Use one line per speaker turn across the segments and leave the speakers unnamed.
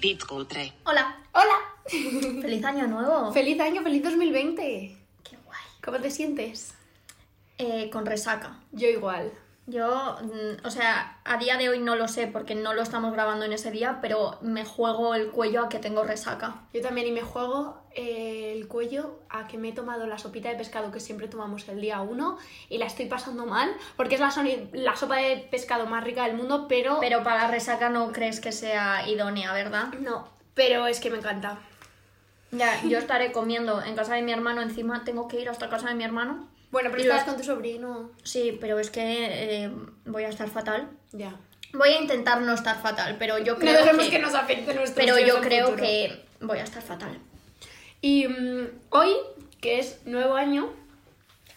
Bitcutre.
Hola,
Hola.
feliz año nuevo.
Feliz año, feliz 2020.
Qué guay.
¿Cómo te sientes?
Eh, con resaca.
Yo igual.
Yo, mm, o sea, a día de hoy no lo sé porque no lo estamos grabando en ese día, pero me juego el cuello a que tengo resaca.
Yo también y me juego eh, el cuello a que me he tomado la sopita de pescado que siempre tomamos el día 1 y la estoy pasando mal porque es la, soni- la sopa de pescado más rica del mundo, pero...
Pero para la resaca no crees que sea idónea, ¿verdad?
No, pero es que me encanta.
Ya, yo estaré comiendo en casa de mi hermano, encima tengo que ir hasta casa de mi hermano.
Bueno, pero
Y
estás
lo-
con tu sobrino.
Sí, pero es que eh, voy a estar fatal.
Ya.
Voy a intentar no estar fatal, pero yo
No
creo
dejemos
que...
que nos afecte nuestro
Pero yo creo que voy a estar fatal.
Y mm, hoy, que es nuevo año,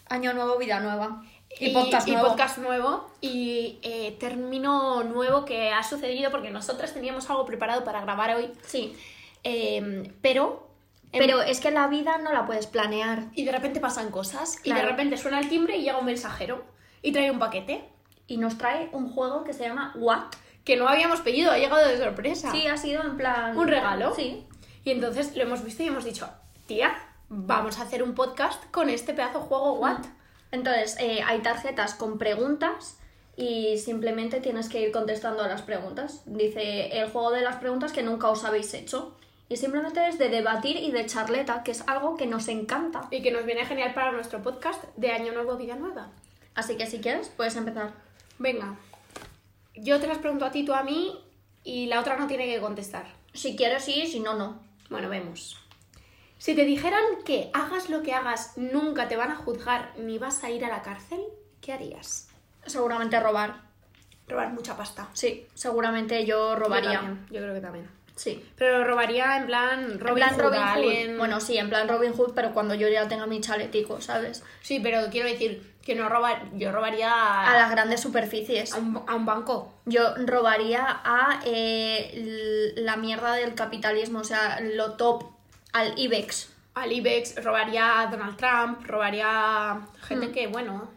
Año nuevo, vida nueva.
y, y podcast nuevo y eh, término nuevo que ha sucedido porque nosotras teníamos algo preparado para grabar hoy,
Sí.
eh, pero... em,
Pero es que la vida no la puedes planear.
Y de repente pasan cosas y
Claro.
de repente suena el timbre y llega un mensajero y trae un paquete
Y nos trae un juego que se llama What.
que no habíamos pedido, ha llegado de sorpresa.
Sí, ha sido en plan.
Ah. Un regalo.
Sí.
Y entonces lo hemos visto y hemos dicho, tía, vamos a hacer un podcast con este pedazo de juego,
Mm.
what?
Entonces, eh, hay tarjetas con preguntas y simplemente tienes que ir contestando a las preguntas. Dice el juego de las preguntas que nunca os habéis hecho. Y simplemente es de debatir y de charleta, que es algo que nos encanta.
Y que nos viene genial para nuestro podcast de Año Nuevo, Vida Nueva.
Así que si quieres, puedes empezar.
Venga, yo te las pregunto a ti, tú a mí y la otra no tiene que contestar.
Si quieres, sí, si no, no.
Bueno, vemos. Si te dijeran que hagas lo que hagas, nunca te van a juzgar ni vas a ir a la cárcel, ¿qué harías?
Seguramente robar.
Robar mucha pasta.
Sí, seguramente yo robaría.
Yo, también, yo creo que también.
sí.
Pero robaría en plan Robin,
en plan
Hood,
Robin Hood.
alguien-
Bueno, sí, en plan Robin Hood, pero cuando yo ya tenga mi chaletico, ¿sabes?
sí, pero quiero decir que no robar, yo robaría a,
A las grandes superficies.
a un, a un banco.
Yo robaría a eh, l- la mierda del capitalismo, o sea, lo top, al IBEX.
Al Ibex, robaría a Donald Trump, robaría a gente que, bueno.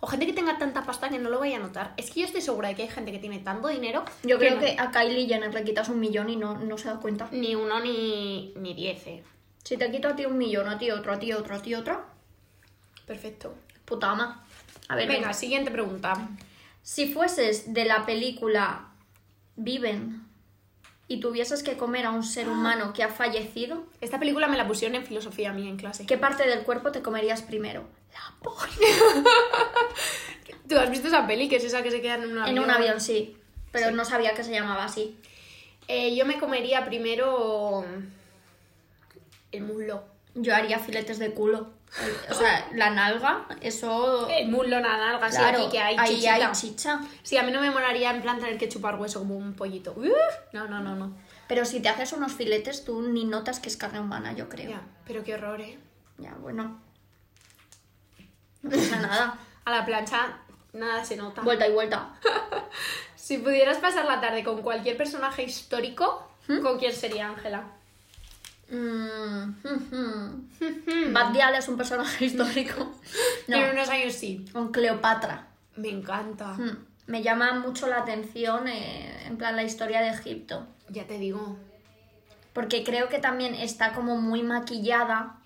O gente que tenga tanta pasta que no lo vaya a notar. Es que yo estoy segura de que hay gente que tiene tanto dinero.
Yo creo
no-
que a Kylie Jenner le quitas un millón y no, no se da cuenta.
Ni uno ni, ni diez, eh.
Si te quito a ti un millón, a ti otro, a ti otro, a ti otro,
Perfecto.
puta ama. A ver,
Venga,
venga.
siguiente pregunta.
Si fueses de la película Viven y tuvieses que comer a un ser humano que ha fallecido,
Esta película me la pusieron en filosofía a mí en clase.
¿Qué parte del cuerpo te comerías primero? La polla.
¿Tú has visto esa peli que es esa que se queda en un avión?
En un avión, sí. Pero no sabía que se llamaba así.
Eh, yo me comería primero el muslo.
Yo haría filetes de culo. O sea, la nalga, eso.
El muslo, la nalga, sí,
claro,
aquí que hay
ahí
chichita.
hay chicha.
Sí, a mí no me molaría en plan tener que chupar hueso como un pollito. Uf, no, no, no, no.
Pero si te haces unos filetes, tú ni notas que es carne humana, yo creo.
Ya, pero qué horror, ¿eh?
Ya, bueno. No pasa nada.
A la plancha nada se nota.
Vuelta y vuelta.
Si pudieras pasar la tarde con cualquier personaje histórico, ¿con quién sería Ángela?
Mm, mm, mm. Bad Dial es un personaje histórico.
En
No,
unos años sí.
con Cleopatra.
Me encanta.
Mm, Me llama mucho la atención, eh, en plan, la historia de Egipto.
Ya te digo.
Porque creo que también está como muy maquillada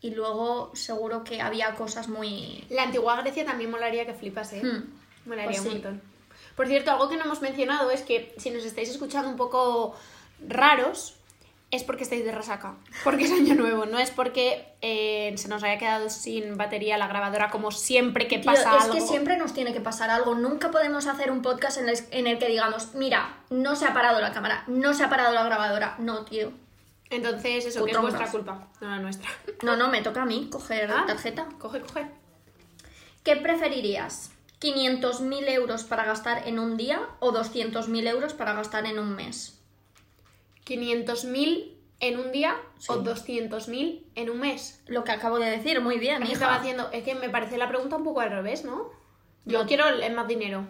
y luego seguro que había cosas muy...
La antigua Grecia también molaría que flipas, ¿eh?
Hmm.
Molaría
Pues
un
sí.
montón. Por cierto, algo que no hemos mencionado es que si nos estáis escuchando un poco raros, es porque estáis de resaca. Porque es año nuevo, no es porque eh, se nos haya quedado sin batería la grabadora como siempre que
Tío,
pasa
es
algo.
que siempre nos tiene que pasar algo. Nunca podemos hacer un podcast en el, en el que digamos, mira, no se ha parado la cámara, no se ha parado la grabadora. No, tío.
Entonces, eso que es
Putronas.
vuestra culpa, no la nuestra.
No, no, me toca a mí coger
Ah.
tarjeta.
Coge, coge.
¿Qué preferirías? ¿500.000 euros para gastar en un día o 200.000 euros para gastar en un mes?
500.000 en un día o
Sí.
200.000 en un mes.
Lo que acabo de decir, muy bien,
Ahí
hija.
estaba haciendo, es que me parece la pregunta un poco al revés, ¿no? Yo
No.
quiero el el más dinero.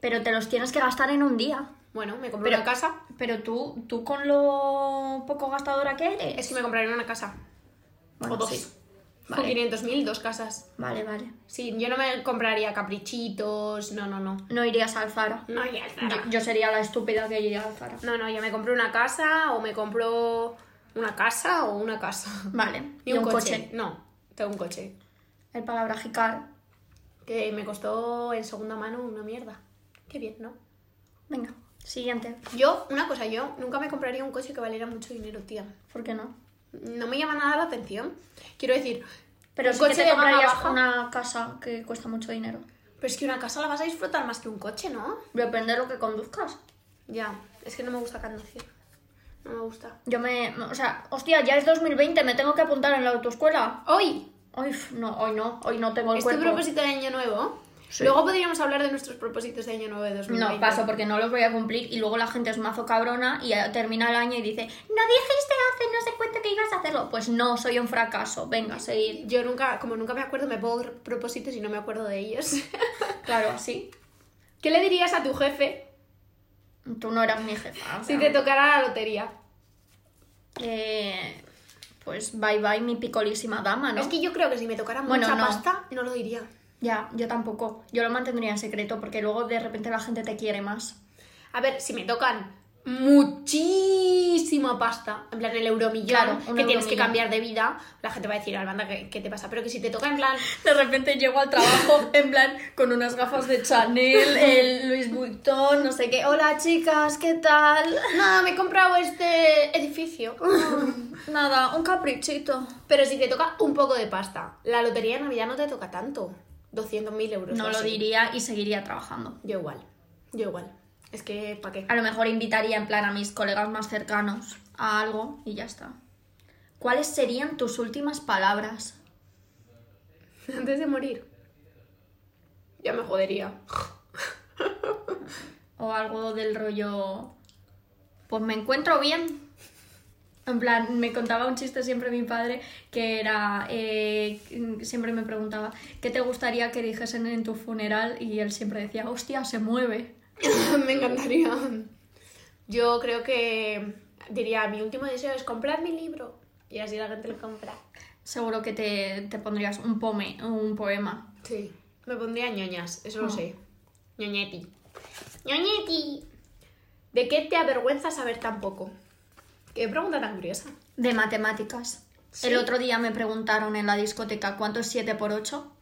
Pero te los tienes que gastar en un día.
Bueno, me compré
Pero-
una casa.
Pero tú, tú con lo poco gastadora que eres.
Es que me compraré una casa.
Bueno,
o dos.
sí.
Con
Vale.
500.000, dos casas.
Vale, vale.
Sí, yo no me compraría caprichitos, no, no, no.
No irías al Zara.
No, ya está.
Yo, yo sería la estúpida que iría al Zara.
No, no, yo me compro una casa o me compro una casa o una casa.
Vale.
Y un, coche. No, tengo un coche.
El palabra jicar.
Que me costó en segunda mano una mierda. Qué bien, ¿no?
Venga, siguiente.
Yo, una cosa, yo nunca me compraría un coche que valiera mucho dinero, tía.
¿Por qué no?
No me llama nada la atención. Quiero decir,
Pero
Un
sí
coche
que
de
te
gama
comprarías
baja.
una casa que cuesta mucho dinero.
pero es que una casa la vas a disfrutar más que un coche, ¿no?
Depende de lo que conduzcas.
Ya, es que no me gusta conducir. No me gusta.
Yo me... O sea, hostia, ya es 2020, me tengo que apuntar en la autoescuela.
Hoy,
Hoy f- no, hoy no, hoy no tengo el
este
cuerpo.
propósito de año nuevo.
Sí.
Luego podríamos hablar de nuestros propósitos de año nuevo de 2020.
No, paso porque no los voy a cumplir y luego la gente es mazo cabrona y eh, termina el año y dice, no dijiste hace no sé cuánto que ibas a hacerlo. Pues no, soy un fracaso, venga, seguir.
Yo nunca, como nunca me acuerdo, me pongo propósitos y no me acuerdo de ellos.
Claro, así.
¿Qué le dirías a tu jefe
Tú no eras mi jefa. o sea,
si te tocara la lotería?
eh, pues bye bye mi picolísima dama, ¿no?
Es que yo creo que si me tocara
Bueno,
mucha
no.
pasta, no lo diría.
Ya, yo tampoco. Yo lo mantendría en secreto porque luego de repente la gente te quiere más.
A ver, si me tocan muchísima pasta, en plan el euromillón,
Claro, un
que tienes que
euromillón.
cambiar de vida, la gente va a decir, Albanda, ¿qué, qué te pasa? Pero que si te toca en plan,
De repente llego al trabajo en plan con unas gafas de Chanel, el Louis Vuitton, no sé qué. Hola chicas, ¿qué tal?
nada, me he comprado este edificio.
Nada, un caprichito.
Pero si te toca un poco de pasta, la lotería de Navidad no te toca tanto, 200.000 euros. o
No lo
así.
diría y seguiría trabajando.
Yo igual, yo igual. Es que, ¿para qué?
A lo mejor invitaría en plan a mis colegas más cercanos a algo y ya está. ¿Cuáles serían tus últimas palabras?
Antes de morir. Ya me jodería.
O algo del rollo... Pues me encuentro bien. En plan, me contaba un chiste siempre mi padre que era... eh, siempre me preguntaba, ¿qué te gustaría que dijesen en tu funeral? Y él siempre decía, hostia, se mueve.
me encantaría. Yo creo que diría, mi último deseo es comprar mi libro. Y así la gente lo compra.
Seguro que te, te pondrías un, pome, un poema.
Sí. Me pondría ñoñas, eso lo
Mm.
sé. ñoñeti. ñoñeti. ¿De qué te avergüenza saber tan poco? Qué pregunta tan curiosa.
De matemáticas.
Sí.
El otro día me preguntaron en la discoteca cuánto es 7 por 8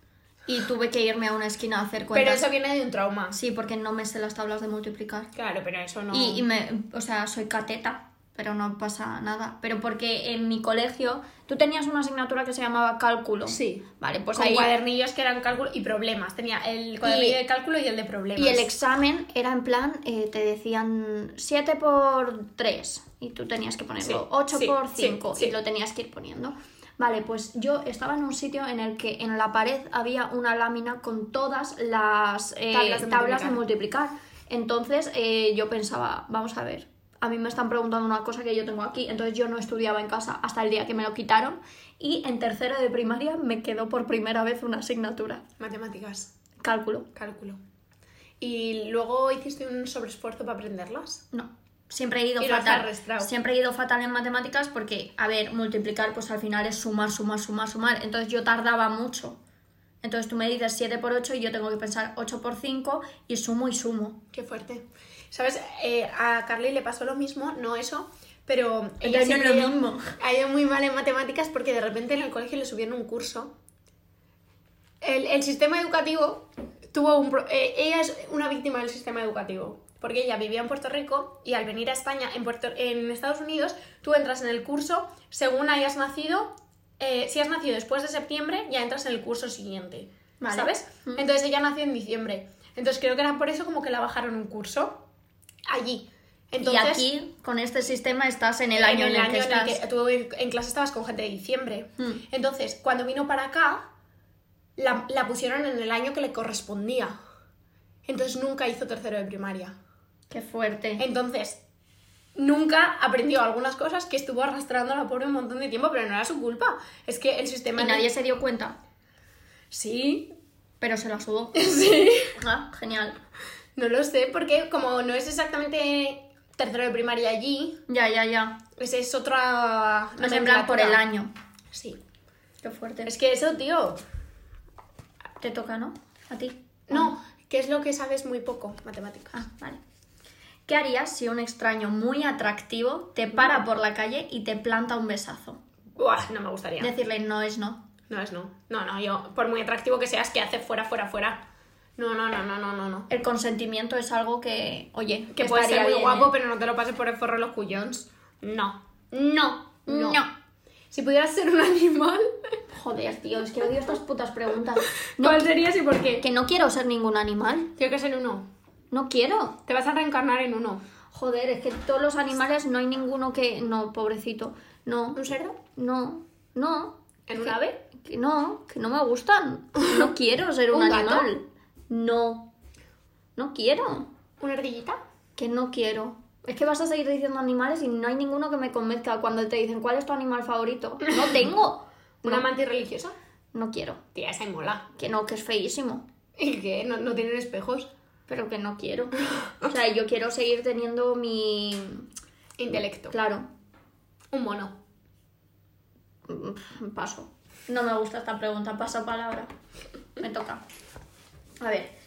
y tuve que irme a una esquina a hacer
Pero
cuentas.
eso viene de un trauma.
Sí, porque no me sé las tablas de multiplicar.
Claro, pero eso no...
Y, y me, o sea, soy cateta, pero no pasa nada. Pero porque en mi colegio tú tenías una asignatura que se llamaba cálculo.
Sí.
Vale, pues
Con
ahí
cuadernillos que eran cálculo y problemas. Tenía el cuadernillo de cálculo y el de problemas.
y el examen era en plan eh, te decían 7 por 3 y tú tenías que ponerlo
Sí,
8
sí,
por
sí,
5
sí.
y lo tenías que ir poniendo. Vale, pues yo estaba en un sitio en el que en la pared había una lámina con todas las eh,
Tablas de
tablas de multiplicar. Entonces eh, yo pensaba, vamos a ver, a mí me están preguntando una cosa que yo tengo aquí, entonces yo no estudiaba en casa hasta el día que me lo quitaron y en tercero de primaria me quedó por primera vez una asignatura,
Matemáticas.
cálculo.
Cálculo. ¿Y luego hiciste un sobreesfuerzo para aprenderlas?
No. Siempre he ido
Y lo has
fatal.
arrastrado.
Siempre he ido fatal en matemáticas porque, a ver, multiplicar pues al final es sumar, sumar, sumar, sumar. Entonces yo tardaba mucho. Entonces tú me dices 7 por 8 y yo tengo que pensar 8 por 5 y sumo y sumo.
Qué fuerte. ¿Sabes? Eh, a Carly le pasó lo mismo, no eso, pero
Ya no es
siempre
lo
ha ido-
mismo.
Ha ido muy mal en matemáticas porque de repente en el colegio le subieron un curso. El, el sistema educativo tuvo un... pro- eh, ella es una víctima del sistema educativo. Porque ella vivía en Puerto Rico y al venir a España, en, Puerto- en Estados Unidos, tú entras en el curso según hayas nacido. eh, si has nacido después de septiembre, ya entras en el curso siguiente.
Vale.
¿Sabes?
Mm.
Entonces ella nació en diciembre. Entonces creo que era por eso como que la bajaron un curso allí. Entonces,
y aquí, con este sistema, estás en el
en
año en el, que
año en
estás.
el que tú en, en clase estabas con gente de diciembre.
Hmm.
Entonces, cuando vino para acá, la, la pusieron en el año que le correspondía. Entonces nunca hizo tercero de primaria.
Qué fuerte.
Entonces, nunca aprendió algunas cosas que estuvo arrastrando a la pobre un montón de tiempo, pero no era su culpa. Es que el sistema...
Y nadie se dio cuenta,
Sí,
pero se la sudó.
sí.
Ah, genial.
No lo sé, porque como no es exactamente tercero de primaria allí,
Ya, ya, ya.
ese es otra...
No sembran por el
nomenclatura.
año.
Sí.
Qué Qué fuerte.
Es que eso, tío.
Te toca, ¿no? A ti.
No, que es lo que sabes muy poco, matemáticas.
Ah, vale. ¿Qué harías si un extraño muy atractivo te para por la calle y te planta un besazo?
Buah, no me gustaría.
Decirle no es no.
No es no. No, no, yo, por muy atractivo que seas, que hace fuera, fuera, fuera. No, no, no, no, no, no, no.
El consentimiento es algo que, oye,
Que puede ser
estaría bien,
muy guapo,
¿eh?
pero no te lo pases por el forro de los cuyons. No. No. No.
No.
Si pudieras ser un animal,
Joder, tío, es que odio estas putas preguntas. Pues
¿cuál serías y por qué?
Que no quiero ser ningún animal.
Yo que ser uno.
No quiero.
Te vas a reencarnar en uno.
Joder, es que todos los animales no hay ninguno que. No, pobrecito. No,
¿Un cerdo?
no, no.
¿En un
Que-
ave?
Que no, que no me gustan. No quiero ser un,
¿Un gato?
animal. No. No quiero.
¿Una ardillita?
Que no quiero. Es que vas a seguir diciendo animales y no hay ninguno que me convenzca cuando te dicen cuál es tu animal favorito. No tengo.
¿Una
No,
mantis religiosa?
no quiero.
Tía, esa mola.
Que no, que es feísimo.
¿Y qué? ¿No, no tienen espejos?
Pero que no quiero. O sea, yo quiero seguir teniendo mi.
Intelecto.
Claro,
Un mono.
Mm, Paso. No me gusta esta pregunta, paso palabra. Me toca. A ver.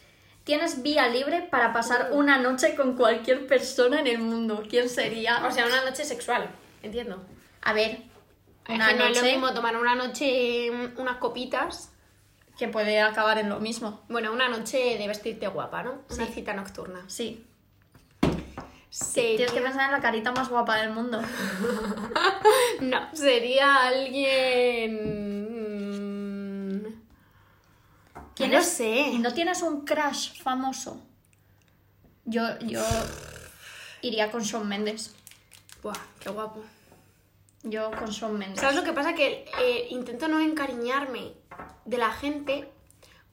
Tienes vía libre para pasar una noche con cualquier persona en el mundo. ¿Quién sería?
O sea, una noche sexual. Entiendo.
A ver.
Es
Una
que no es lo
noche
mismo tomar una noche mm, unas copitas.
que puede acabar en lo mismo.
Bueno, una noche de vestirte guapa, ¿no? Una cita nocturna.
Sí.
Sí.
Tienes que pensar en la carita más guapa del mundo.
No, sería alguien. mm,
¿Quién
no
es?
sé.
¿Y no tienes un crush famoso? Yo, yo iría con Shawn Mendes.
Buah, qué guapo.
Yo con Shawn Mendes.
¿Sabes lo que pasa? Que eh, intento no encariñarme de la gente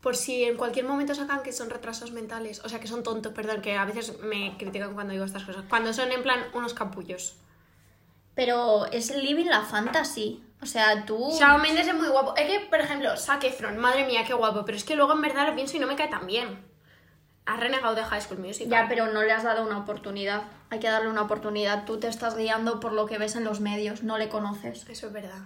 por si en cualquier momento sacan que son retrasos mentales. O sea, que son tontos, perdón, que a veces me critican cuando digo estas cosas. Cuando son en plan unos capullos.
Pero es Living la Fantasy. O sea, tú.
Shawn Mendes es muy guapo. Es que, por ejemplo, Zac Efron, madre mía, qué guapo. Pero es que luego en verdad lo pienso y no me cae tan bien. Has renegado de High School Music.
Ya, pero no le has dado una oportunidad. Hay que darle una oportunidad. Tú te estás guiando por lo que ves en los medios, no le conoces.
Eso es verdad.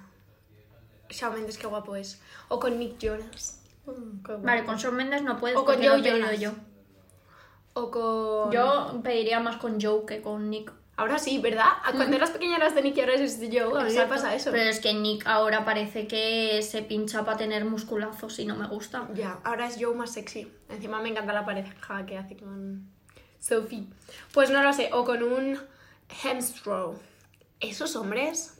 Shawn Mendes, qué guapo es. O con Nick Jonas. Mm, qué guapo.
Vale, con Shawn Mendes no puedes
O con
porque lo he
Joe
pedido
Jonas.
yo.
O con...
Yo pediría más con Joe que con Nick.
Ahora sí, ¿verdad? A Cuando eras pequeña eras de Nick y ahora eres de Joe. A mí me
Mm. Exacto.
pasa eso.
Pero es que Nick ahora parece que se pincha para tener musculazos y no me gusta.
Ya, ahora es Joe más sexy. Encima me encanta la pareja que hace con Sophie. Pues no lo sé. O con un Hemsrow. Esos hombres...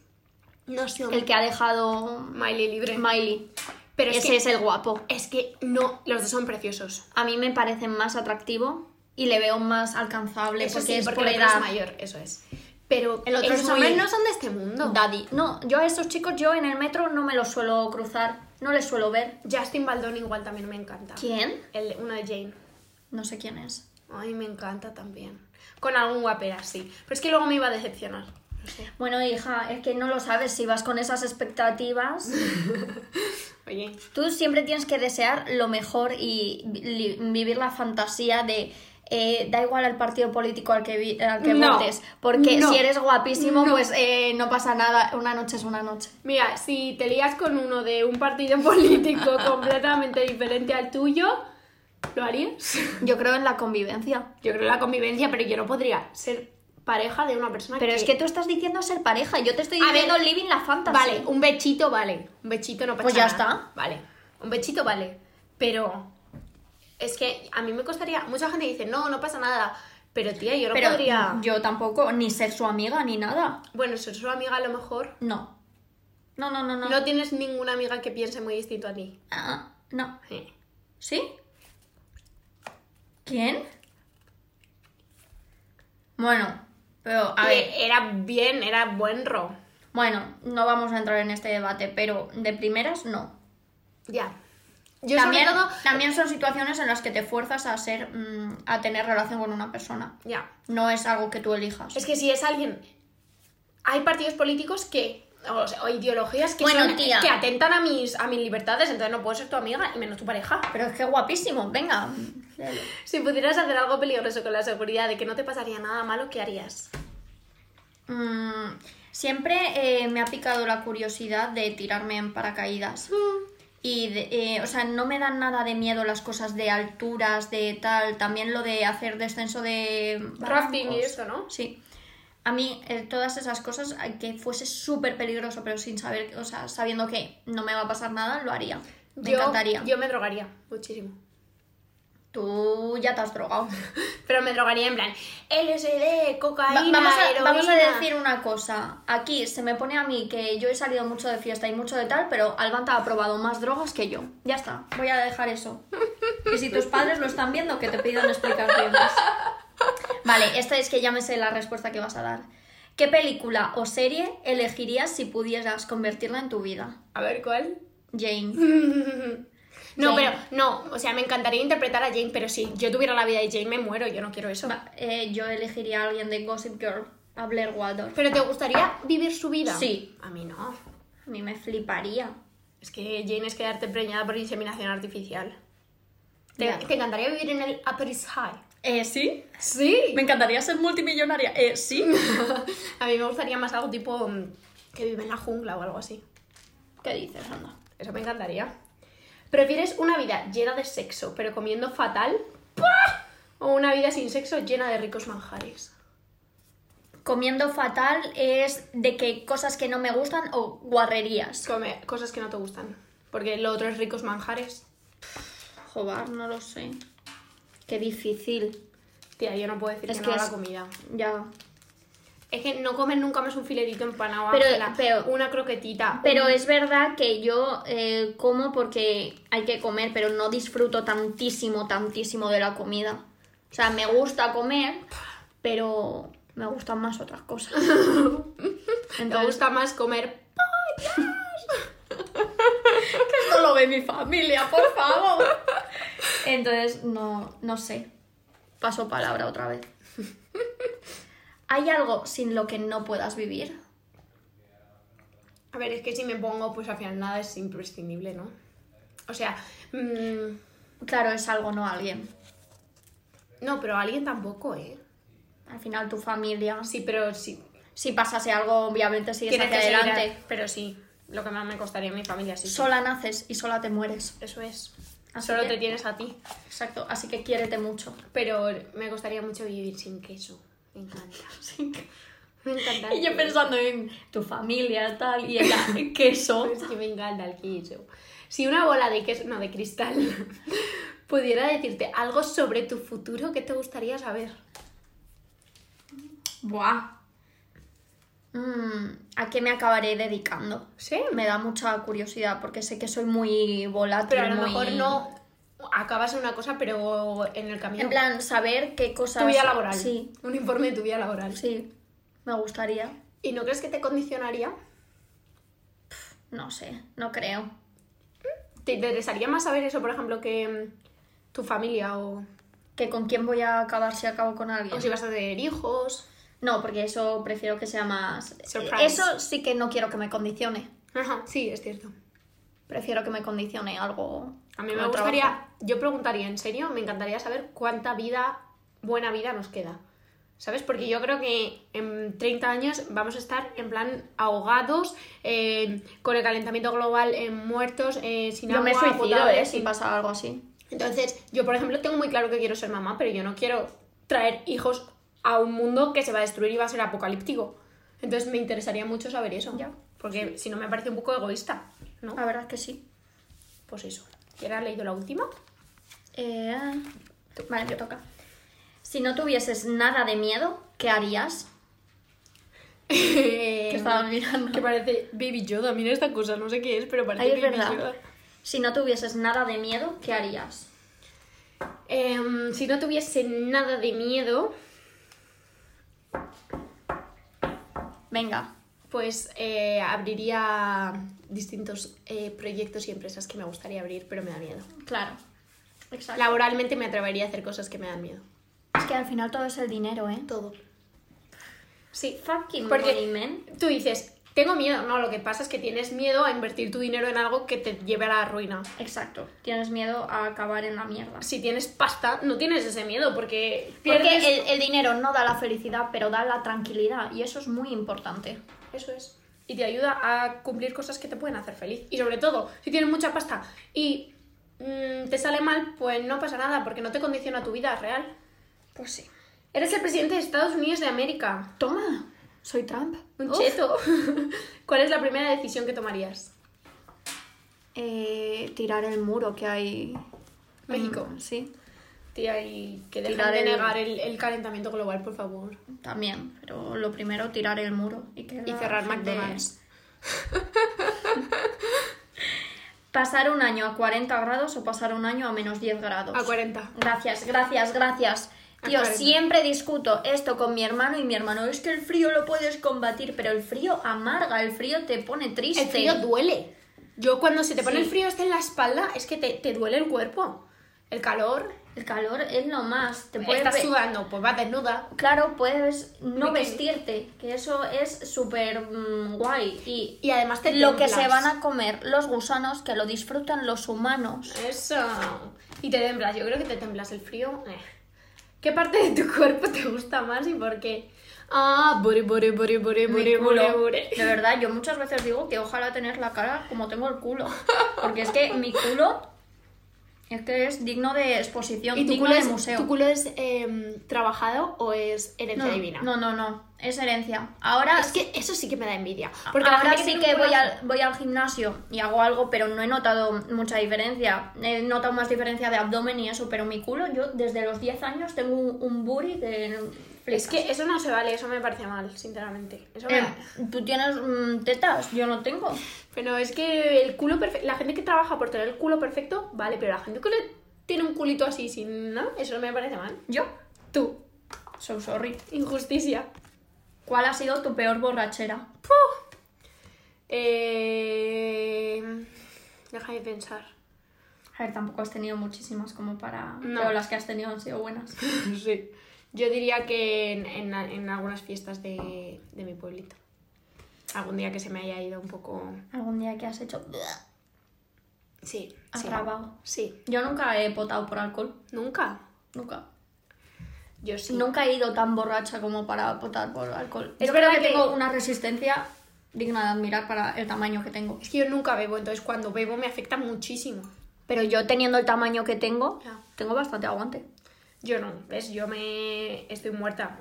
No sé.
El que ha dejado
Miley libre.
Miley.
Pero es
Ese
que,
es el guapo.
es que no, los dos son preciosos.
A mí me parece más atractivo y le veo más alcanzable
Eso
porque
sí,
es
porque
por
el otro es
edad.
mayor, eso es. Pero
El otro
esos
es muy-
hombres no son de este mundo.
Daddy. No, yo a estos chicos, yo en el metro no me los suelo cruzar, no les suelo ver.
Justin Baldoni igual también me encanta.
¿Quién?
El, uno de Jane.
No sé quién es.
Ay, me encanta también. Con algún guapera, así Pero es que luego me iba a decepcionar. No sé.
Bueno, hija, es que no lo sabes si vas con esas expectativas.
Oye,
Tú siempre tienes que desear lo mejor y vi- li- vivir la fantasía de... eh, da igual al partido político al que, vi- al que
No.
votes, porque
No.
si eres guapísimo,
No.
pues eh, no pasa nada, una noche es una noche.
mira, si te lías con uno de un partido político completamente diferente al tuyo, ¿lo harías?
Yo creo en la convivencia.
Yo creo en la convivencia, pero yo no podría ser pareja de una persona
Pero
que...
es que tú estás diciendo ser pareja, yo te estoy
A
diciendo
ver,
living la fantasía.
Vale, un bechito vale. Un bechito no pasa
Pues ya
nada.
está.
Vale. Un bechito vale. Pero es que a mí me costaría. Mucha gente dice, no, no pasa nada. Pero tía, yo no
Pero
podría.
yo tampoco, ni ser su amiga ni nada.
Bueno, ser su amiga a lo mejor.
No. No, no, no, no.
No. tienes ninguna amiga que piense muy distinto a ti.
Ah, no.
Eh.
¿Sí? ¿Quién? Bueno, pero a ver.
Eh, Era bien, era buen ro.
Bueno, no vamos a entrar en este debate, pero de primeras no.
Ya. Yo
también,
sobre todo.
también son situaciones en las que te fuerzas a ser mm, a tener relación con una persona.
Ya.
No es algo que tú elijas.
Es que si es alguien. Hay partidos políticos que. O, sea, o ideologías que,
Bueno,
son-
tía.
que atentan a mis, a mis libertades, entonces no puedo ser tu amiga y menos tu pareja.
Pero es que guapísimo, venga.
Si pudieras hacer algo peligroso con la seguridad de que no te pasaría nada malo, ¿qué harías?
Mm, Siempre eh, me ha picado la curiosidad de tirarme en paracaídas.
Mm.
Y, de- eh, o sea, no me dan nada de miedo las cosas de alturas, de tal. También lo de hacer descenso de.
Rafting y
barcos.
esto, ¿no?
Sí. A mí, eh, todas esas cosas, eh, que fuese súper peligroso, pero sin saber, o sea, sabiendo que no me va a pasar nada, lo haría. Me
yo,
encantaría.
Yo me drogaría muchísimo.
Tú ya te has drogado.
Pero me drogaría en plan LSD,
Va-
cocaína,
vamos, a,
heroína.
vamos a decir una cosa. Aquí se me pone a mí que yo he salido mucho de fiesta y mucho de tal, pero Albanta ha probado más drogas que yo. Ya está, voy a dejar eso. Y si tus padres lo están viendo, que te pidan explicaciones. Vale, esta es que ya me sé la respuesta que vas a dar. ¿Qué película o serie elegirías si pudieras convertirla en tu vida?
A ver, ¿cuál?
Jane.
No,
Jane.
pero no, o sea, me encantaría interpretar a Jane, pero si yo tuviera la vida de Jane me muero, yo no quiero eso.
Va, eh, yo elegiría a alguien de Gossip Girl, a Blair Waldorf.
¿Pero te gustaría vivir su vida?
Sí.
A mí no.
A mí me fliparía.
Es que Jane es quedarte preñada por inseminación artificial. ¿Te,
Ya.
te encantaría vivir en el Upper East High?
Eh, sí.
Sí.
Me encantaría ser multimillonaria. Eh, sí.
a mí me gustaría más algo tipo mm, que vive en la jungla o algo así.
¿Qué dices, anda?
Eso me encantaría. ¿Prefieres una vida llena de sexo pero comiendo fatal? ¿O una vida sin sexo llena de ricos manjares?
Comiendo fatal es de que cosas que no me gustan o guarrerías.
Come cosas que no te gustan. Porque lo otro es ricos manjares.
Jobar, no lo sé. Qué difícil.
Tía, yo no puedo decir
Es
que,
que
no a la
es-
comida.
Ya.
Es que no comen nunca más un filetito empanado,
Pero-
Ángela,
pero-
una croquetita.
Pero es verdad que yo eh, como porque hay que comer, pero no disfruto tantísimo, tantísimo de la comida. O sea, me gusta comer, pero me gustan más otras cosas.
Te
Entonces,
gusta más comer.
no lo ve mi familia, por favor. Entonces, no, no sé. Paso palabra otra vez. ¿Hay algo sin lo que no puedas vivir?
A ver, es que si me pongo, pues al final nada es imprescindible, ¿no? O sea, mm,
Claro, es algo, no alguien.
no, pero alguien tampoco, ¿eh?
Al final, tu familia.
Sí, pero sí.
Si pasase algo, obviamente sigues
Tienes
hacia
que seguir a-
adelante.
Pero sí, lo que más me costaría en mi familia, sí. sí.
Sola naces y sola te mueres.
Eso es.
Así
Solo
que-
te tienes a ti.
Exacto, así que quiérete mucho.
Pero me costaría mucho vivir sin queso. Me encanta. Me encanta.
Y yo
el
pensando en tu familia, tal, y ella, queso.
Es que me encanta el queso. Si una bola de queso, no, de cristal, pudiera decirte algo sobre tu futuro, ¿qué te gustaría saber?
Buah. Mm, ¿A qué me acabaré dedicando?
Sí,
Me da mucha curiosidad porque sé que soy muy volátil.
pero a lo
muy-
mejor no acabas en una cosa, pero en el camino.
En plan, saber qué cosas.
tu vida laboral.
Sí,
Un informe de tu vida laboral.
sí. Me gustaría.
¿Y no crees que te condicionaría?
No sé, no creo.
¿Te interesaría más saber eso, por ejemplo, que mm, tu familia o,
Que con quién voy a acabar si acabo con alguien.
o si vas a tener hijos?
No, porque eso prefiero que sea más.
Surprise.
Eso sí que no quiero que me condicione.
Ajá, sí, es cierto.
Prefiero que me condicione algo.
A mí
con
me
el
gustaría,
trabajo.
yo preguntaría en serio, me encantaría saber cuánta vida, buena vida nos queda. ¿Sabes? Porque yo creo que en 30 años vamos a estar en plan ahogados, eh, con el calentamiento global, eh, muertos, eh, sin
Yo
agua,
me suicido,
potable,
¿eh? Si
sin-
pasa algo así.
Entonces, yo por ejemplo tengo muy claro que quiero ser mamá, pero yo no quiero traer hijos a un mundo que se va a destruir y va a ser apocalíptico. Entonces me interesaría mucho saber eso.
Ya. Ah.
Porque si no me parece un poco egoísta, ¿no?
La verdad es que sí.
Pues eso. ¿Quién ha leído la última?
Eh, vale, me toca. Si no tuvieses nada de miedo, ¿qué harías? Que estaba mirando.
Em, Que parece Baby Yoda, mira esta cosa, no sé qué es, pero parece
Ahí es
Baby
verdad.
Yoda.
Si no tuvieses nada de miedo, ¿qué harías?
Em, si no tuviese nada de miedo,
Venga.
pues eh, abriría distintos eh, proyectos y empresas que me gustaría abrir, pero me da miedo.
Claro. Exacto.
Laboralmente me atrevería a hacer cosas que me dan miedo.
Es que al final todo es el dinero, ¿eh?
Todo. Sí,
Fucking
Porque-
money, man.
tú dices, Tengo miedo, no, lo que pasa es que tienes miedo a invertir tu dinero en algo que te lleve a la ruina.
Exacto. Tienes miedo a acabar en la mierda.
Si tienes pasta, no tienes ese miedo porque
Porque
pierdes...
el, el dinero no da la felicidad, pero da la tranquilidad. Y eso es muy importante.
Eso es. Y te ayuda a cumplir cosas que te pueden hacer feliz. Y sobre todo, si tienes mucha pasta y mm, te sale mal, pues no pasa nada porque no te condiciona tu vida real.
Pues sí.
Eres el presidente de Estados Unidos de América.
Toma, soy Trump.
Un
Uf.
cheto. ¿Cuál es la primera decisión que tomarías?
Eh, tirar el muro que hay.
México.
Mm, sí,
Tía, y que dejen
Tirar
de
el-
negar el, el calentamiento global, por favor.
también. Pero lo primero, tirar el muro. Y, que
Y
la
cerrar
gente-
McDonald's.
Pasar un año a 40 grados o pasar un año a menos 10 grados.
A 40.
Gracias, gracias, gracias.
A
Tío,
40.
siempre discuto esto con mi hermano y mi hermano es que el frío lo puedes combatir, pero el frío amarga, el frío te pone triste.
El frío duele. Yo cuando se te pone
Sí.
el frío este en la espalda, es que te, te duele el cuerpo. El calor,
El calor es lo más. Te puedes
estás
ve-
sudando, pues vas desnuda.
Claro, puedes no
Porque-
vestirte, que eso es súper mm, guay. Y
Y además te
lo que
templas.
se van a comer los gusanos, que lo disfrutan los humanos.
Eso. Y te temblas, yo creo que te temblas el frío. eh. ¿Qué parte de tu cuerpo te gusta más y por qué? Ah, bore, bore, bore, bore,
Mi
bore,
culo.
bore, bore.
De verdad, yo muchas veces digo que ojalá tener la cara como tengo el culo. Porque es que mi culo es que es digno de exposición,
¿Y tu
digno
culo,
de
es,
museo.
tu culo es em, trabajado o es herencia
no,
divina?
no, no, no, es herencia. Ahora
Es que eso sí que me da envidia. Porque la
Ah, ahora
gente
sí
tiene
que
un culo
voy
así-
al, voy al gimnasio y hago algo, pero no he notado mucha diferencia. He notado más diferencia de abdomen y eso, pero mi culo, yo desde los 10 años tengo un, un booty que flipas.
Es que eso no se vale, eso me parece mal, sinceramente. Eso me-
Eh, tú tienes mm, tetas, yo no tengo.
Pero es que el culo perfecto, la gente que trabaja por tener el culo perfecto, vale, pero la gente que le tiene un culito así sin nada, eso me parece mal.
Yo,
Tú,
so sorry.
injusticia.
¿Cuál ha sido tu peor borrachera?
Eh... Deja de pensar.
A ver, tampoco has tenido muchísimas como para...
No.
Pero las que has tenido han sido buenas.
Sí. Yo diría que en, en a- en algunas fiestas de, de mi pueblito. Algún día que se me haya ido un poco...
Algún día que has hecho...
Sí.
Has
sí.
grabado.
Sí.
Yo nunca he potado por alcohol.
Nunca.
Nunca.
Yo sí.
Nunca he ido tan borracha como para votar por alcohol.
Es
Yo creo
verdad
que,
que-
tengo una resistencia digna de admirar para el tamaño que tengo.
Es que yo nunca bebo, entonces cuando bebo me afecta muchísimo.
Pero yo teniendo el tamaño que tengo,
Ya.
tengo bastante aguante.
Yo no, ¿ves? Yo me estoy muerta.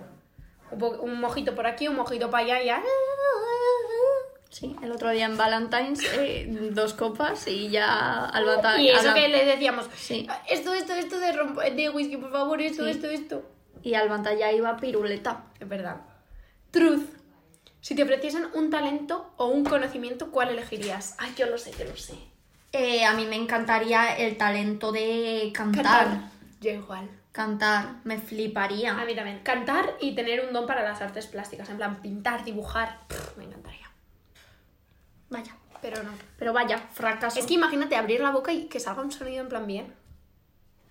Un, po- un mojito por aquí, un mojito para allá y ya.
Sí, el otro día en Valentine's, eh, dos copas y ya Albata...
Oh, Y eso
Alan-
que le decíamos,
Sí.
esto, esto, esto de, rompo- de whisky, por favor, esto,
Sí.
esto, esto.
Y Albanta ya iba piruleta.
Es verdad. Truth. Si te ofreciesen un talento o un conocimiento, ¿cuál elegirías? Ay, yo lo sé, yo lo sé.
Eh, a mí me encantaría el talento de cantar.
Cantar.
Cantar,
Yo igual.
me
A
fliparía.
mí también. Cantar y tener un don para las artes plásticas. En plan, pintar, dibujar. Pff, me encantaría.
Vaya,
Pero no.
pero vaya, fracaso.
Es que imagínate abrir la boca y que salga un sonido en plan bien.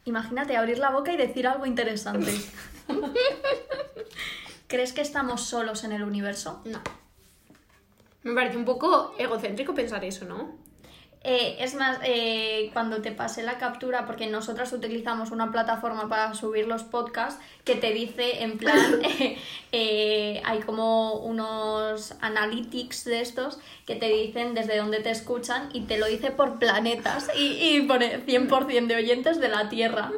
Imagínate abrir la boca y decir algo interesante. ¿Crees que estamos solos en el universo?
No. Me parece un poco egocéntrico pensar eso, ¿no?
Eh, es más, eh, cuando te pasé la captura, porque nosotras utilizamos una plataforma para subir los podcasts que te dice en plan, eh, eh, hay como unos analytics de estos que te dicen desde dónde te escuchan y te lo dice por planetas y, y pone 100% de oyentes de la Tierra.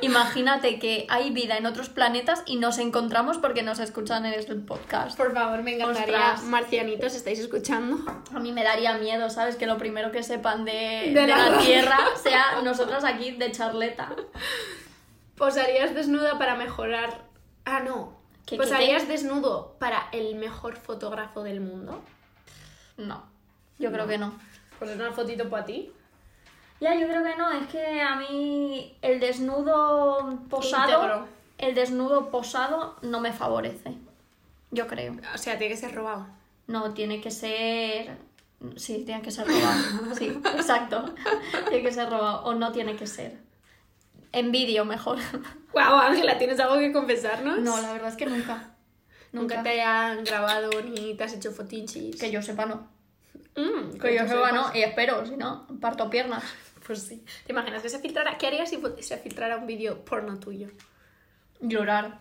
Imagínate que hay vida en otros planetas y nos encontramos porque nos escuchan en el podcast.
Por favor, me encantaría.
Ostras.
Marcianitos, ¿estáis escuchando?
A mí me daría miedo, ¿sabes? Que lo primero que sepan de,
De
de
la-
la Tierra sea nosotras aquí de charleta.
Posarías desnuda para mejorar. Ah, no.
¿Qué,
Posarías
qué,
desnudo para el mejor fotógrafo del mundo.
No, yo creo que no.
Pues es una fotito para ti.
Ya, yo creo que no, es que a mí el desnudo posado,
Íntegro.
el desnudo posado no me favorece. Yo creo.
O sea, tiene que ser robado.
No, tiene que ser. Sí, tiene que ser robado. Sí, exacto. Tiene que ser robado. O no tiene que ser. En vídeo, mejor.
Guau, Ángela, ¿tienes algo que confesarnos?
No, la verdad es que nunca.
Nunca,
Nunca.
te han grabado ni te has hecho fotinchis.
Que yo sepa, no.
Mm,
Que yo
tú
sepa,
sepas.
no. Y espero, si no, parto piernas.
Pues sí. ¿Te imaginas que se filtrara? ¿Qué harías si fu- se filtrara un vídeo porno tuyo?
Llorar.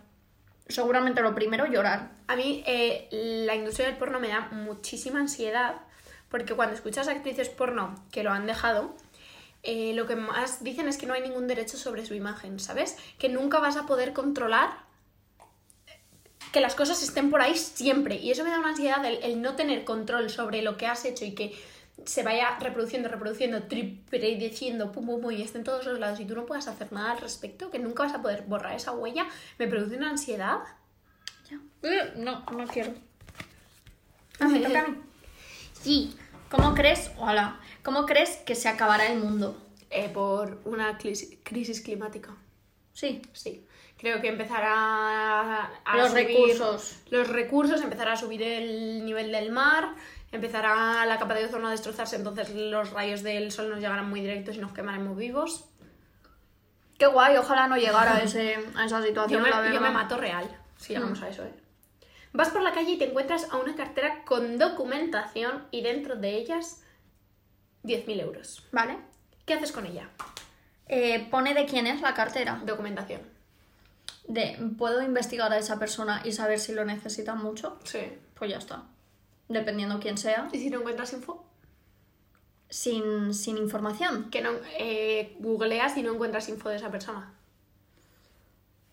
Seguramente lo primero, llorar.
A mí eh, la industria del porno me da muchísima ansiedad porque cuando escuchas a actrices porno que lo han dejado, eh, lo que más dicen es que no hay ningún derecho sobre su imagen, ¿sabes? Que nunca vas a poder controlar que las cosas estén por ahí siempre. Y eso me da una ansiedad el, el no tener control sobre lo que has hecho y que se vaya reproduciendo, reproduciendo, tri- predeciendo, pum, pum, pum, y esté en todos los lados y tú no puedas hacer nada al respecto, que nunca vas a poder borrar esa huella, me produce una ansiedad.
Eh,
Mm,
No, no quiero.
Ah,
me toca a mí.
Sí.
¿Cómo crees, hola, cómo crees que se acabará el mundo?
Eh, por una clis- crisis climática.
Sí.
Sí. Creo que empezará a
Los
subir
recursos.
Los recursos, empezará a subir el nivel del mar, empezará la capa de ozono a destrozarse, entonces los rayos del sol nos llegarán muy directos y nos quemaremos vivos.
Qué guay, ojalá no llegara a, ese, a esa
Yo
situación,
me,
la verdad. Mm.
yo me mato real, si llegamos a eso, ¿eh? Vas por la calle y te encuentras a una cartera con documentación y dentro de ellas 10.000 euros.
Vale.
¿Qué haces con ella?
Eh, pone de quién es la cartera.
Documentación.
De, ¿puedo investigar a esa persona y saber si lo necesita mucho?
Sí.
Pues ya está. Dependiendo quién sea.
¿Y si no encuentras info?
Sin, sin información.
Que no eh, googleas y no encuentras info de esa persona.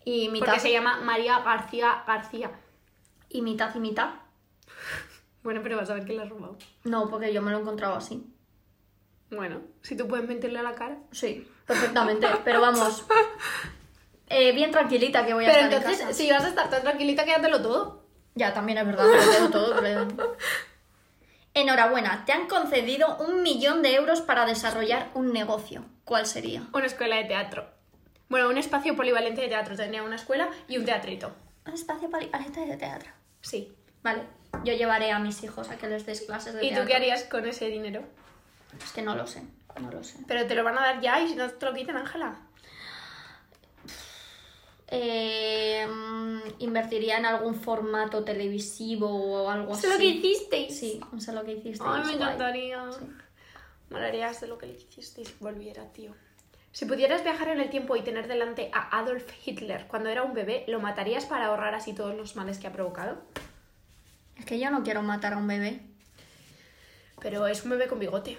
Y mitad.
Porque se llama María García García.
Y mitad y mitad.
Bueno, pero vas a ver que la has robado.
No, porque yo me lo he encontrado así.
Bueno, si tú puedes mentirle a la cara.
Sí, perfectamente. Pero vamos. eh, bien tranquilita que voy a
Pero
estar en casa.
entonces, si vas a estar tan tranquilita, quédatelo todo.
Ya, también es verdad, me lo tengo todo, pero... Enhorabuena, te han concedido un millón de euros para desarrollar un negocio. ¿Cuál sería?
Una escuela de teatro. Bueno, un espacio polivalente de teatro. Tenía una escuela y un teatrito.
Un espacio para de teatro.
Sí.
Vale, yo llevaré a mis hijos a que les des clases de
¿Y
teatro.
tú qué harías con ese dinero?
Es que no lo sé, no lo sé.
Pero te lo van a dar ya y si no te lo quitan, Ángela.
Eh, mm, invertiría en algún formato televisivo o algo así.
Eso es lo que hicisteis.
Oh, Sí, sé lo que hiciste.
Ay,
es
me
guay.
encantaría. Molaría de lo que le hicisteis volviera, tío. Si pudieras viajar en el tiempo y tener delante a Adolf Hitler cuando era un bebé, ¿lo matarías para ahorrar así todos los males que ha provocado?
Es que yo no quiero matar a un bebé.
Pero es un bebé con bigote.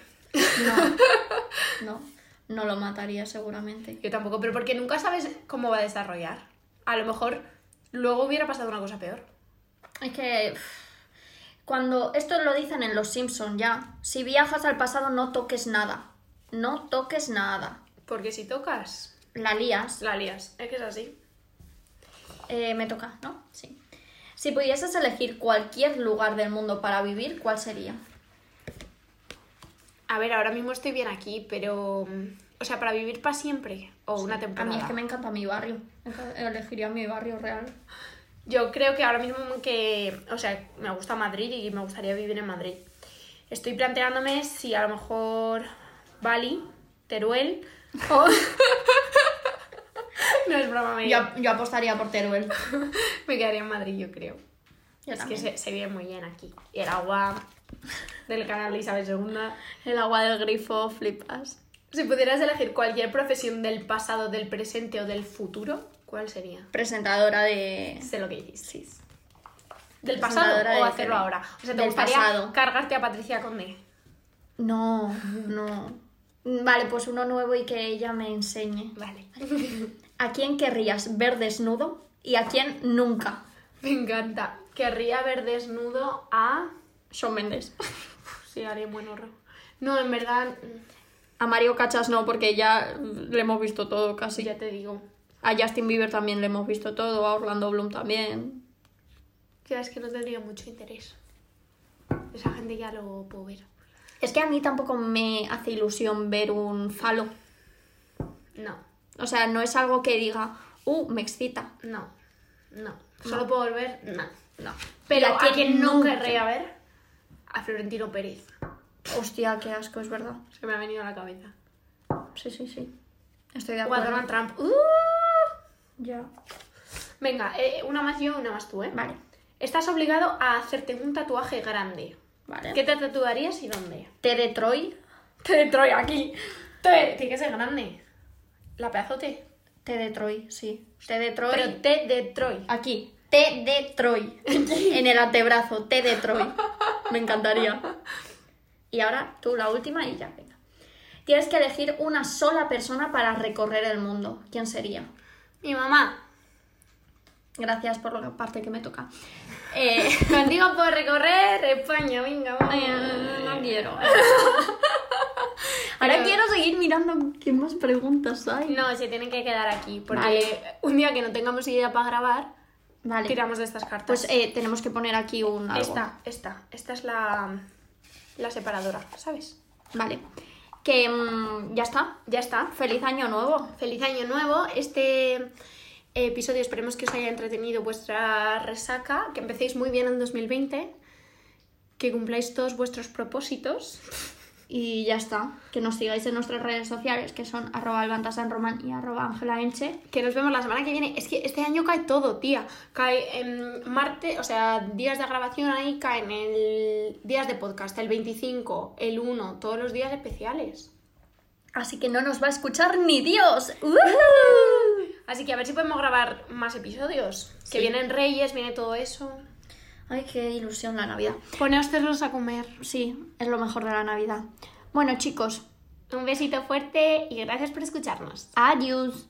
No, no lo mataría seguramente.
Yo tampoco, pero porque nunca sabes cómo va a desarrollar. A lo mejor luego hubiera pasado una cosa peor.
Es que pff, cuando esto lo dicen en Los Simpson ya, si viajas al pasado no toques nada, no toques nada,
Porque si tocas,
la lías.
la lías. Es que es así.
Eh, me toca, ¿no? Sí. Si pudieses elegir cualquier lugar del mundo para vivir, ¿cuál sería?
A ver, ahora mismo estoy bien aquí, pero... mm, O sea, para vivir para siempre o una
A
temporada.
mí es que me encanta mi barrio. Entonces, Elegiría mi barrio real.
Yo creo que ahora mismo que, o sea, me gusta Madrid y me gustaría vivir en Madrid. Estoy planteándome si a lo mejor Bali, Teruel o... no es broma, me,
Yo, yo apostaría por Teruel.
me quedaría en Madrid, yo creo.
Yo
es
también.
que se, se vive muy bien aquí. Y el agua del canal de Isabel II.
El agua del grifo, flipas.
Si pudieras elegir cualquier profesión del pasado, del presente o del futuro, ¿cuál sería?
Presentadora de...
Sé lo que hicisteis. ¿Del pasado
Presentadora de
o hacerlo
TV.
ahora? O sea, ¿te
Del
gustaría
pasado.
cargarte a Patricia Conde?
No, no. Vale, pues uno nuevo y que ella me enseñe.
Vale.
¿A quién querrías ver desnudo y a quién nunca?
Me encanta. Querría ver desnudo a.
Shawn Mendes.
Sí, haría un buen horror. No, en verdad,
A Mario Cachas no, porque ya mm, le hemos visto todo casi.
ya te digo.
A Justin Bieber también le hemos visto todo, a Orlando Bloom también.
Ya es que no tendría mucho interés. Esa gente ya lo puedo ver.
Es que a mí tampoco me hace ilusión ver un falo.
No,
O sea, no es algo que diga, uh, me excita.
no, no. Solo puedo volver, no.
No.
Pero
Y
a quien no querría ver, a Florentino Pérez.
Hostia, qué asco, es verdad.
Se me ha venido a la cabeza.
Sí, sí, sí. Estoy de
O a
acuerdo.
Donald Trump. ¡Uh!
Ya.
Venga, eh, una más yo, una más tú, ¿eh?
Vale.
Estás obligado a hacerte un tatuaje grande.
Vale.
¿Qué te tatuarías y dónde?
T de Troy.
Te de Troy aquí. Te, tiene que ser grande. La pedazo T.
T de Troy, sí. T de Troy.
Pero te de Troy.
Aquí. T de Troy. en el antebrazo. T de Troy. Me encantaría. Y ahora tú la última y ya, venga. Tienes que elegir una sola persona para recorrer el mundo. ¿Quién sería?
Mi mamá.
Gracias por la parte que me toca. Eh,
Contigo por recorrer España, venga, vamos.
eh, no quiero. Ahora quiero seguir mirando qué más preguntas hay.
No, se tienen que quedar aquí, porque
Vale.
un día que no tengamos idea para grabar,
Vale.
tiramos de estas cartas.
Pues eh, tenemos que poner aquí un algo.
esta, esta, esta es la, la separadora, ¿sabes?
Vale. Que mm, ya está.
Ya está.
Feliz año nuevo.
Feliz año nuevo. Este episodio esperemos que os haya entretenido vuestra resaca, que empecéis muy bien en 2020, que cumpláis todos vuestros propósitos.
Y ya está. Que nos sigáis en nuestras redes sociales, que son arroba albantasanroman y arroba angelaenche.
Que nos vemos la semana que viene. Es que este año cae todo, tía. Cae en martes, o sea, días de grabación ahí caen el días de podcast, el 25, el 1, todos los días especiales.
Así que no nos va a escuchar ni Dios. ¡Uhú!
Así que a ver si podemos grabar más episodios. Que vienen Reyes, viene todo eso.
Ay, qué ilusión la Navidad.
Poneos cerros a comer.
Sí, es lo mejor de la Navidad. Bueno, chicos,
Un besito fuerte y gracias por escucharnos.
adiós.